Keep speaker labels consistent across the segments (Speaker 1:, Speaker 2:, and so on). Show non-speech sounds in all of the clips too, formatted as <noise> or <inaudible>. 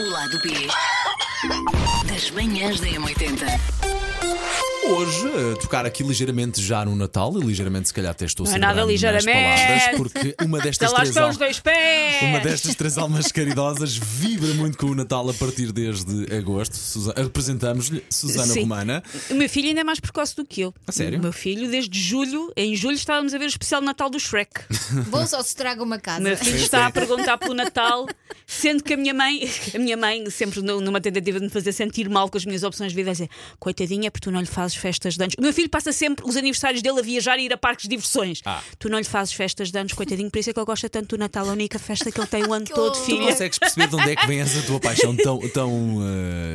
Speaker 1: O lado B das manhãs da M80.
Speaker 2: Hoje, a tocar aqui ligeiramente já no Natal e ligeiramente, se calhar, até estou
Speaker 3: Não é
Speaker 2: sem
Speaker 3: nada
Speaker 2: grande nas
Speaker 3: ligeiramente.
Speaker 2: palavras, porque uma destas
Speaker 3: Então lá
Speaker 2: três
Speaker 3: estão
Speaker 2: al-
Speaker 3: os dois pés!
Speaker 2: uma destas três almas caridosas vibra muito com o Natal a partir desde agosto. Susa- Representamos-lhe Susana
Speaker 3: Sim.
Speaker 2: Romana.
Speaker 3: O meu filho ainda é mais precoce do que eu.
Speaker 2: A sério?
Speaker 3: O meu filho, desde julho, em julho estávamos a ver o especial de Natal
Speaker 2: <laughs>
Speaker 3: do Shrek.
Speaker 4: Bom só se traga uma
Speaker 3: O
Speaker 4: casa.
Speaker 3: meu filho está a perguntar pelo Natal, sendo que a minha mãe, a minha mãe, sempre nu- numa tentativa de me fazer sentir mal com as minhas opções de vida, dizer coitadinha, é porque tu não lhe fazes festas de anos. O meu filho passa sempre os aniversários dele a viajar e ir a parques de diversões.
Speaker 2: Ah.
Speaker 3: Tu não lhe fazes festas de anos, coitadinho, por isso é que ele gosta tanto do Natal, a única festa que ele tem o ano
Speaker 4: Que
Speaker 3: todo,
Speaker 4: horror.
Speaker 3: filho.
Speaker 2: Consegues perceber de onde é que vem essa tua paixão tão, tão,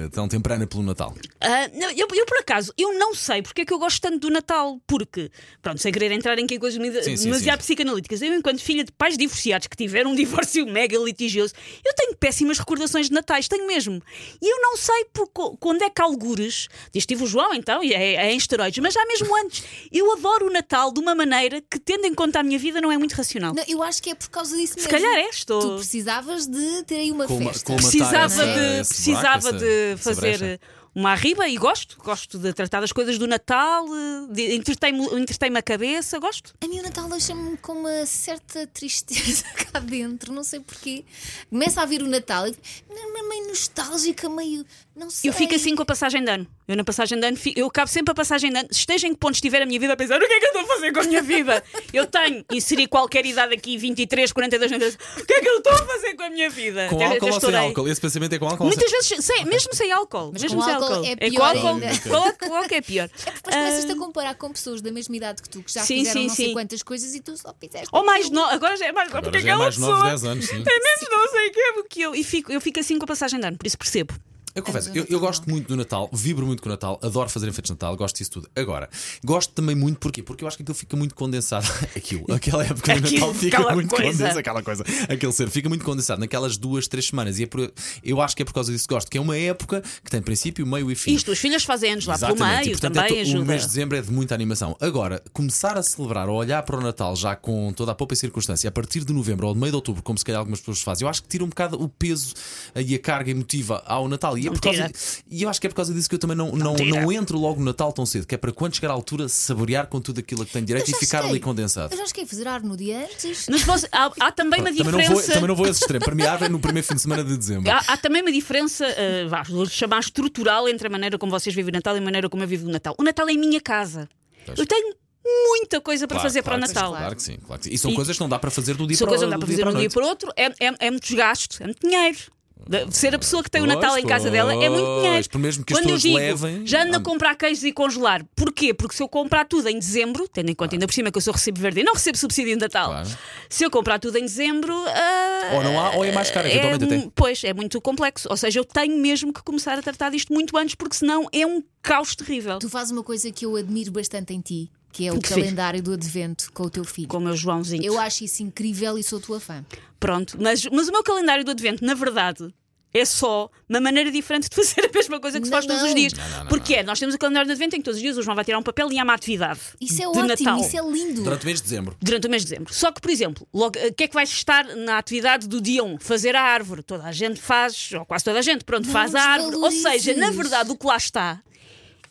Speaker 2: eh, tão temprana pelo Natal?
Speaker 3: Ah, não, eu, eu, por acaso, eu não sei porque é que eu gosto tanto do Natal, porque, pronto, sem querer entrar em que coisas demasiado
Speaker 2: Sim, sim,
Speaker 3: demasiado
Speaker 2: sim.
Speaker 3: psicanalíticas, eu, enquanto filha de pais divorciados que tiveram um <laughs> divórcio mega litigioso, eu tenho péssimas recordações de Natais, tenho mesmo. E eu não sei por co- quando é que algures, diz tive o João então, e é, é em esteroides, mas já mesmo antes, eu adoro o Natal de uma maneira que, tendo em conta a minha vida, não é muito racional.
Speaker 4: Não, eu acho que é por causa disso
Speaker 3: Se
Speaker 4: mesmo.
Speaker 3: calhar é, estou-
Speaker 4: Tu precisavas de ter aí uma
Speaker 2: Com uma-
Speaker 4: festa.
Speaker 2: com uma-
Speaker 3: precisava
Speaker 4: matar essa-
Speaker 3: de,
Speaker 2: esse
Speaker 3: precisava
Speaker 2: buraco,
Speaker 3: de
Speaker 2: essa- essa
Speaker 3: fazer eh,
Speaker 2: brecha.
Speaker 3: uma arriba e gosto, gosto de tratar das coisas do Natal, eh, de- entretei-me entretei-me a cabeça, gosto.
Speaker 4: A mim o Natal deixa-me com uma certa tristeza <laughs> cá dentro, não sei porquê. Começa a vir o Natal e não, meio nostálgica, meio. Não sei.
Speaker 3: Eu fico assim com a passagem de ano. Eu na passagem de ano, fi- eu acabo sempre a passagem de ano. Esteja em que ponto estiver a minha vida a pensar o que é que eu estou a fazer com a minha vida?
Speaker 2: <laughs>
Speaker 3: Eu tenho, inseri qualquer idade aqui, 23, 42, 43, o que é que eu estou a fazer com a minha vida?
Speaker 2: Com
Speaker 3: Até- até
Speaker 2: álcool ou sem
Speaker 3: estourei.
Speaker 2: álcool? Esse pensamento é com álcool ou sem
Speaker 3: Muitas vezes, sem- mesmo sem álcool.
Speaker 4: Mas
Speaker 3: mesmo
Speaker 4: com
Speaker 3: sem
Speaker 4: álcool
Speaker 3: álcool.
Speaker 4: é
Speaker 3: com
Speaker 4: pior
Speaker 3: álcool,
Speaker 4: ainda.
Speaker 3: com álcool é que
Speaker 2: <laughs>
Speaker 3: é pior.
Speaker 4: Depois começas-te a comparar com pessoas da mesma idade que tu, que já
Speaker 3: ah, Sim,
Speaker 4: fizeram
Speaker 3: sim,
Speaker 4: não
Speaker 3: sim.
Speaker 4: sei quantas coisas e tu só fizeste.
Speaker 3: Ou mais no... agora já é mais nova,
Speaker 2: Agora
Speaker 3: porque
Speaker 2: já é
Speaker 3: aquela
Speaker 2: mais
Speaker 3: pessoa
Speaker 2: 9, 10 anos, sim.
Speaker 3: tem menos não sei o que é do que eu. E fico, eu fico assim com a passagem de ano, por isso percebo.
Speaker 2: Eu confesso,
Speaker 4: mas o
Speaker 2: eu, eu
Speaker 4: Natal
Speaker 2: gosto muito do Natal, vibro muito com o Natal, adoro fazer enfeites de Natal, gosto disso tudo. Agora, gosto também muito, porquê? Porque eu acho que aquilo fica muito condensado. <laughs> Aquilo, aquela época do
Speaker 3: Aquilo,
Speaker 2: Natal fica
Speaker 3: aquela
Speaker 2: muito
Speaker 3: coisa.
Speaker 2: condensado, aquela coisa, aquele ser, fica muito condensado naquelas duas, três semanas. E é por- eu acho que é por causa disso que gosto, que é uma época que tem princípio, meio e fim.
Speaker 3: Isto, os filhos fazem anos lá pelo
Speaker 2: Exatamente,
Speaker 3: meio,
Speaker 2: e, portanto, é
Speaker 3: também
Speaker 2: to- O
Speaker 3: ajuda.
Speaker 2: mês de dezembro é de muita animação. Agora, começar a celebrar ou olhar para o Natal já com toda a poupa e circunstância, a partir de novembro ou de meio de outubro, como se calhar algumas pessoas fazem, eu acho que tira um bocado o peso eh, e a carga emotiva ao Natal. E, é por causa,
Speaker 3: tira.
Speaker 2: e eu acho que é por causa disso que eu também não, não,
Speaker 3: tira.
Speaker 2: não entro logo no Natal tão cedo, que é para quando chegar à altura saborear com tudo aquilo a que tenho direito
Speaker 4: Eu
Speaker 2: e
Speaker 4: já
Speaker 2: ficar ali
Speaker 4: cheguei.
Speaker 2: condensado.
Speaker 4: Eu já esquei fazer ar no dia antes.
Speaker 3: Nos vossos- há, há também uma
Speaker 2: também, não vou,
Speaker 3: diferença.
Speaker 2: também não vou a esse extremo. Para mim, a árvore é no primeiro fim de semana de dezembro.
Speaker 3: Há, há também uma diferença, eh, vá, vou chamar estrutural, entre a maneira como vocês vivem o Natal e a maneira como eu vivo o Natal. O Natal é a minha casa.
Speaker 2: Pois.
Speaker 3: Eu tenho muita coisa para
Speaker 2: Claro,
Speaker 3: fazer para
Speaker 2: claro
Speaker 3: o
Speaker 2: que sim,
Speaker 3: Natal.
Speaker 2: Claro que sim, claro que sim. E são
Speaker 3: E-
Speaker 2: coisas que não dá para fazer do dia
Speaker 3: São
Speaker 2: para o
Speaker 3: coisas que não dá para
Speaker 2: do dia para
Speaker 3: fazer de
Speaker 2: a
Speaker 3: um dia
Speaker 2: noite.
Speaker 3: para o outro, é, é, é muito gasto, é muito dinheiro. De- Ser a pessoa que tem o
Speaker 2: Pois,
Speaker 3: Natal em casa dela é muito
Speaker 2: pois,
Speaker 3: dinheiro.
Speaker 2: por mesmo que as
Speaker 3: Quando eu
Speaker 2: pessoas
Speaker 3: digo,
Speaker 2: levem, ah.
Speaker 3: já ando
Speaker 2: há-
Speaker 3: a comprar queijos e congelar. Porquê? Porque se eu comprar tudo em dezembro, tendo em conta ainda por cima que eu sou recebo verde e não recebo subsídio de Natal,
Speaker 2: Claro.
Speaker 3: se eu comprar tudo em dezembro. ah,
Speaker 2: Ou não há, ou é mais caro, eventualmente
Speaker 3: mu-
Speaker 2: até.
Speaker 3: Pois, é muito complexo. Ou seja, eu tenho mesmo que começar a tratar disto muito antes, porque senão é um caos terrível.
Speaker 4: Tu fazes uma coisa que eu admiro bastante em ti, que é o
Speaker 3: Que fixe.
Speaker 4: calendário do advento com o teu filho.
Speaker 3: Com o meu Joãozinho.
Speaker 4: Eu acho isso incrível e sou tua fã.
Speaker 3: Pronto, mas, mas o meu calendário do advento, na verdade, é só uma maneira diferente de <laughs> fazer a mesma coisa que se
Speaker 4: Não,
Speaker 3: faz todos
Speaker 4: não.
Speaker 3: os dias.
Speaker 2: Não, não, não,
Speaker 3: Porque é, nós temos o calendário do advento em que todos os dias o João vai tirar um papel e há uma atividade.
Speaker 4: Isso é
Speaker 3: de
Speaker 4: ótimo,
Speaker 3: Natal.
Speaker 4: isso é lindo.
Speaker 2: Durante o mês de dezembro.
Speaker 3: Durante o mês de dezembro. Só que, por exemplo, logo, eh, o que é que vai estar na atividade do dia 1? Fazer a árvore. Toda a gente faz, ou quase toda a gente, pronto,
Speaker 4: Não
Speaker 3: faz a árvore. Ou seja,
Speaker 4: desvalorizes.
Speaker 3: na verdade, o que lá está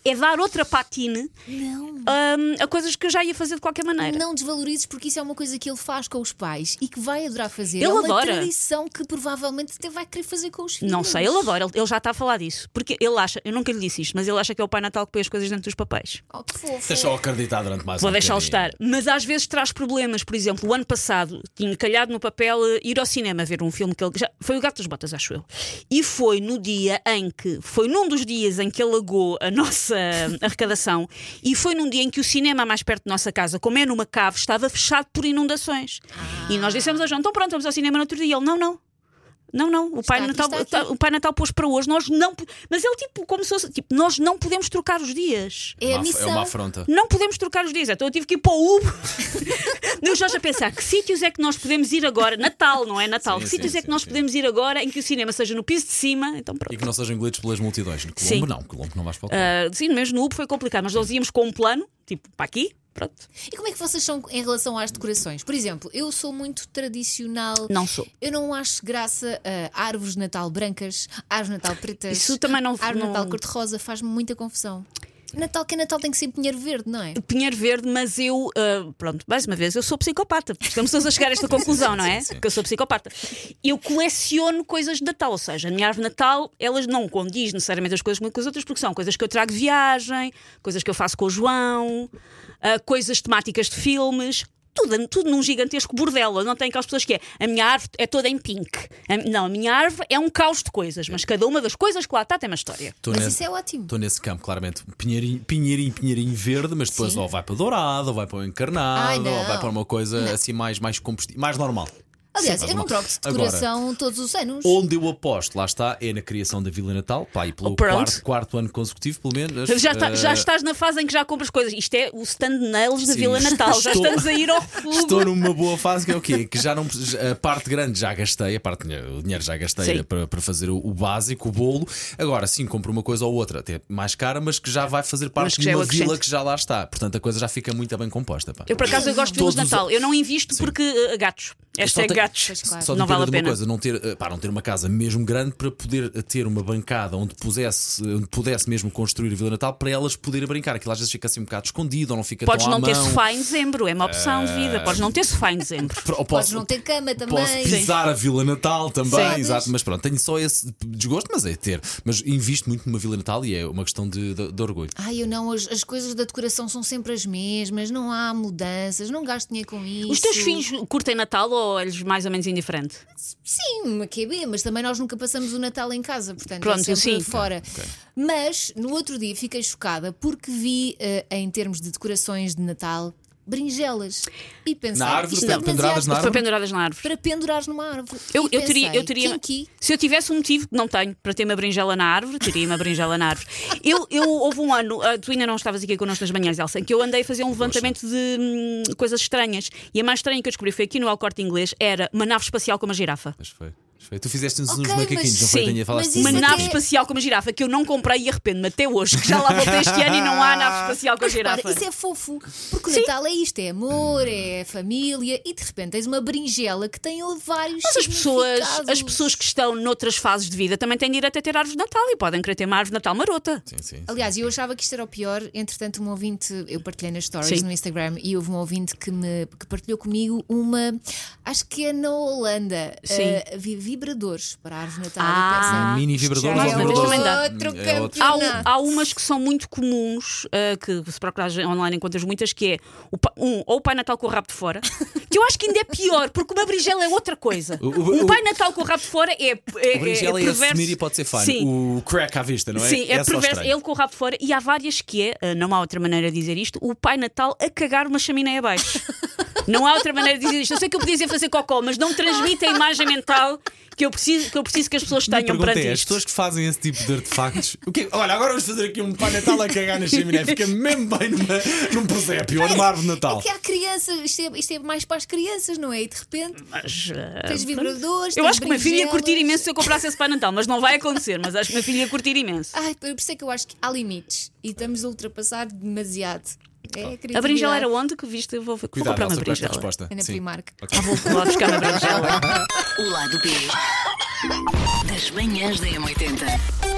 Speaker 3: é dar outra patine
Speaker 4: Não.
Speaker 3: hum, a coisas que eu já ia fazer de qualquer maneira.
Speaker 4: Não desvalorizes porque isso é uma coisa que ele faz com os pais e que vai adorar fazer.
Speaker 3: Ele
Speaker 4: é uma
Speaker 3: adora.
Speaker 4: tradição que provavelmente até vai querer fazer com os filhos.
Speaker 3: Não sei, ele adora, ele- ele já está a falar disso. Porque ele acha, eu nunca lhe disse isto, mas ele acha que é o Pai Natal que põe as coisas dentro dos papéis.
Speaker 4: Oh, que fofo.
Speaker 2: Deixa eu acreditar durante mais
Speaker 3: Vou
Speaker 2: um
Speaker 3: deixá-lo
Speaker 2: bocadinho.
Speaker 3: estar. Mas às vezes traz problemas. Por exemplo, o ano passado tinha calhado no papel eh, ir ao cinema ver um filme que ele. Já, foi o Gato das Botas, acho eu. E foi no dia em que. Foi num dos dias em que alagou a nossa <laughs> hum, arrecadação e foi num dia em que o cinema mais perto da nossa casa, como é numa cave, estava fechado por inundações. E nós dissemos ao João: então pronto, vamos ao cinema no outro dia. Ele: não, não. Não, não, o Pai,
Speaker 4: aqui,
Speaker 3: Natal,
Speaker 4: está aqui.
Speaker 3: o Pai Natal pôs para hoje, nós não. po- Mas ele, tipo, como se fosse. Tipo, nós não podemos trocar os dias.
Speaker 4: É
Speaker 2: Uma
Speaker 4: a
Speaker 2: af-
Speaker 4: missão.
Speaker 2: É uma afronta.
Speaker 3: Não podemos trocar os dias, então eu tive que ir para o Uber. <laughs> Deu Jorge a pensar que sítios é que nós podemos ir agora? Natal, não é Natal?
Speaker 2: Sim,
Speaker 3: que sítios
Speaker 2: sim,
Speaker 3: é que
Speaker 2: sim,
Speaker 3: nós
Speaker 2: sim.
Speaker 3: podemos ir agora em que o cinema seja no piso de cima? Então
Speaker 2: E
Speaker 3: pronto. Ah,
Speaker 2: que não sejam engolidos pelas multidões. No Colombo
Speaker 3: Sim.
Speaker 2: não, Colombo não vais para o Colombo.
Speaker 3: Ah, sim, mesmo no Uber foi complicado, mas nós íamos com um plano, tipo para aqui, Pronto.
Speaker 4: E como é que vocês são em relação às decorações? Por exemplo, eu sou muito tradicional.
Speaker 3: Não sou.
Speaker 4: Eu não acho graça a árvores de Natal brancas, árvores de Natal pretas.
Speaker 3: Isso também não-
Speaker 4: Árvore de
Speaker 3: não-
Speaker 4: Natal cor-de-rosa faz-me muita confusão. Natal que é Natal tem que ser pinheiro verde, não é?
Speaker 3: Pinheiro Verde, mas eu, ah, pronto, mais uma vez, eu sou psicopata. Estamos todos a chegar a esta conclusão, não é? Que eu sou psicopata. Eu coleciono coisas de Natal, ou seja, a minha árvore de Natal, elas não condiz necessariamente as coisas com as outras, porque são coisas que eu trago de viagem, coisas que eu faço com o João, ah, coisas temáticas de filmes. Tudo, tudo num gigantesco bordel. Eu Não tem aquelas pessoas que é. A minha árvore é toda em pink. A- não, a minha árvore é um caos de coisas, mas cada uma das coisas que lá está tem uma história.
Speaker 2: Estou
Speaker 4: Mas
Speaker 2: nesse-
Speaker 4: isso é ótimo.
Speaker 2: Estou nesse campo, claramente. Pinheirinho, pinheirinho, pinheirinho verde, mas depois
Speaker 4: Sim.
Speaker 2: ou vai para dourado, ou vai para o
Speaker 4: Ai,
Speaker 2: encarnado,
Speaker 4: não.
Speaker 2: ou vai para uma coisa assim mais, mais combustível, mais normal.
Speaker 4: Aliás,
Speaker 2: Sim,
Speaker 4: eu não
Speaker 2: mais normal.
Speaker 4: troco de
Speaker 2: Agora,
Speaker 4: decoração todos os anos.
Speaker 2: Onde eu aposto, lá está, é na criação da Vila Natal, pá, e pelo
Speaker 3: Oh, pronto.
Speaker 2: quarto, quarto ano consecutivo, pelo menos.
Speaker 3: Já, tá-
Speaker 2: eh,
Speaker 3: já estás na fase em que já compras coisas. Isto é o stand nails da
Speaker 2: Sim,
Speaker 3: Vila Natal. Já
Speaker 2: estou-
Speaker 3: estamos a ir ao
Speaker 2: <laughs>
Speaker 3: refúgio.
Speaker 2: Estou numa boa fase que é o quê? Que já não preciso- a parte grande já gastei, a parte o dinheiro já gastei
Speaker 3: Sim.
Speaker 2: para, para fazer o, o básico, o bolo. Agora sim, compro uma coisa ou outra, até mais cara, mas que já vai fazer
Speaker 3: Mas
Speaker 2: parte
Speaker 3: que
Speaker 2: de
Speaker 3: já é o
Speaker 2: uma vila
Speaker 3: acrescente.
Speaker 2: que já lá está. Portanto, a coisa já fica muito bem composta. Pá.
Speaker 3: Eu, por acaso, eu gosto de vilas de
Speaker 2: Todos os-
Speaker 3: Natal. Eu não invisto porque eh, gatos. Esta é
Speaker 2: tem-
Speaker 3: gatos.
Speaker 4: claro.
Speaker 2: Só
Speaker 3: Não
Speaker 2: depende
Speaker 3: vale a
Speaker 2: de uma
Speaker 3: pena.
Speaker 2: coisa, não ter, eh, pá, não ter uma casa mesmo grande para poder ter uma bancada onde, pusesse, onde pudesse mesmo construir a Vila Natal para elas poderem brincar. Aquilo às vezes fica assim um bocado escondido ou não fica
Speaker 3: Podes
Speaker 2: tão à
Speaker 3: não ter
Speaker 2: mão.
Speaker 3: sofá em dezembro. É uma opção de vida. Podes não ter sofá em dezembro.
Speaker 2: Ou posso-
Speaker 4: Podes não ter cama também.
Speaker 2: Posso pisar a Vila Natal também,
Speaker 4: Sim.
Speaker 2: exato, mas pronto, tenho só esse desgosto, mas é ter. Mas invisto muito numa Vila Natal e é uma questão de, de- de orgulho.
Speaker 4: Ai, eu não, as, as coisas da decoração são sempre as mesmas, não há mudanças, não gasto dinheiro com isso.
Speaker 3: Os teus filhos curtem Natal ou é-lhes mais ou menos indiferente?
Speaker 4: Sim, uma QB, mas também nós nunca passamos o Natal em casa, portanto,
Speaker 3: Pronto,
Speaker 4: é sempre
Speaker 3: sim.
Speaker 4: fora. Mas no outro dia fiquei chocada porque vi, eh, em termos de decorações de Natal, brinjelas. E pensei,
Speaker 2: Na árvore,
Speaker 4: isto é
Speaker 2: penduradas
Speaker 4: demasiado
Speaker 2: na
Speaker 3: Foi
Speaker 2: árvore?
Speaker 3: penduradas na árvore.
Speaker 4: para pendurares numa árvore.
Speaker 3: Eu,
Speaker 4: E
Speaker 3: eu teria, eu
Speaker 4: pensei,
Speaker 3: teria
Speaker 4: Kinky,
Speaker 3: se eu tivesse um motivo que não tenho para ter uma berinjela na árvore, teria uma berinjela na árvore. Eu, eu houve um ano, ah, tu ainda não estavas aqui connosco nas manhãs, Elsa, em que eu andei a fazer um levantamento de hum, coisas estranhas. E a mais estranha que eu descobri foi aqui no Alcorte Inglês: era uma nave espacial com uma girafa.
Speaker 2: Mas foi. mas foi. Tu fizeste uns,
Speaker 4: Ok,
Speaker 2: uns
Speaker 4: mas
Speaker 2: macaquinhos, não foi?
Speaker 3: sim,
Speaker 2: Tânia? Falaste
Speaker 4: mas
Speaker 2: de
Speaker 4: isso
Speaker 3: Uma
Speaker 4: é
Speaker 2: assim, macaquinhos.
Speaker 3: nave
Speaker 4: que-
Speaker 3: espacial com uma girafa que eu não comprei e arrependo-me até hoje, que já lá voltei este ano e não há nave espacial com a
Speaker 4: Repara,
Speaker 3: girafa.
Speaker 4: isso é fofo, porque o Natal é isto: é amor, é família, e de repente tens uma berinjela que tem vários.
Speaker 3: Mas as pessoas, as
Speaker 4: significados.
Speaker 3: pessoas que estão noutras fases de vida também têm direito a ter árvores de Natal e podem querer ter uma árvore de Natal marota.
Speaker 2: Sim, sim.
Speaker 4: Aliás, eu achava que isto era o pior, entretanto, um ouvinte, eu partilhei nas stories
Speaker 3: Sim.
Speaker 4: no Instagram e houve um ouvinte que, me, que partilhou comigo uma, acho que é na Holanda,
Speaker 3: Sim.
Speaker 4: eh, vi- vibradores para a árvore de Natal.
Speaker 3: Ah.
Speaker 2: um Mini vibrador,
Speaker 3: já
Speaker 2: mas
Speaker 3: é
Speaker 2: vibrador.
Speaker 3: outro
Speaker 4: também dá.
Speaker 2: É
Speaker 4: Outro
Speaker 3: Há,
Speaker 4: Não.
Speaker 3: há umas que são muito comuns, ah, que se procurares online encontras muitas, que é o pa- um, ou o Pai Natal com o rabo de fora, <laughs> que eu acho que ainda é pior, porque uma berinjela é outra coisa.
Speaker 2: O- o-
Speaker 3: um Pai Natal com o rabo de fora é, é, é,
Speaker 2: O berinjela é,
Speaker 3: perverso.
Speaker 2: assumir e pode ser fã.
Speaker 3: Sim.
Speaker 2: O crack à vista, não é?
Speaker 3: Sim, é,
Speaker 2: só
Speaker 3: perverso.
Speaker 2: estranho.
Speaker 3: Ele com o rabo de fora, e há várias que é, ah, não há outra maneira de dizer isto, o Pai Natal a cagar uma
Speaker 2: <laughs>
Speaker 3: chaminé abaixo. não há outra maneira de dizer isto. Eu sei que eu podia dizer fazer cocó, mas não transmite a imagem mental que eu preciso que, eu preciso que as pessoas
Speaker 2: Minha
Speaker 3: tenham
Speaker 2: pergunta
Speaker 3: perante
Speaker 2: é, as
Speaker 3: isto.
Speaker 2: pessoas que fazem esse tipo de artefactos o que, Olha, agora vamos fazer aqui um pai natal a cagar na chaminé Fica mesmo bem numa, num presépio ou numa árvore de natal
Speaker 4: Porque há crianças, isto é, isto é mais para as crianças, não é? E de repente
Speaker 3: Mas, ah,
Speaker 4: tens vibradores.
Speaker 3: Eu
Speaker 4: tens
Speaker 3: acho que uma filha ia curtir
Speaker 4: berinjelas.
Speaker 3: imenso se eu comprasse esse Pai Natal, mas não vai acontecer. Mas acho que uma filha ia curtir imenso.
Speaker 4: Ai, por isso é que eu acho que há limites e estamos a ultrapassar demasiado. É
Speaker 3: A
Speaker 4: criatividade.
Speaker 3: berinjela era onde que viste? Eu vou, vou
Speaker 2: Cuidado,
Speaker 3: comprar uma
Speaker 2: Elsa, com esta
Speaker 3: berinjela. Ah,
Speaker 2: resposta
Speaker 4: É na
Speaker 2: Sim.
Speaker 4: Primark.
Speaker 2: Ok.
Speaker 3: Vou lá buscar uma berinjela.
Speaker 1: O lado B das manhãs da M80.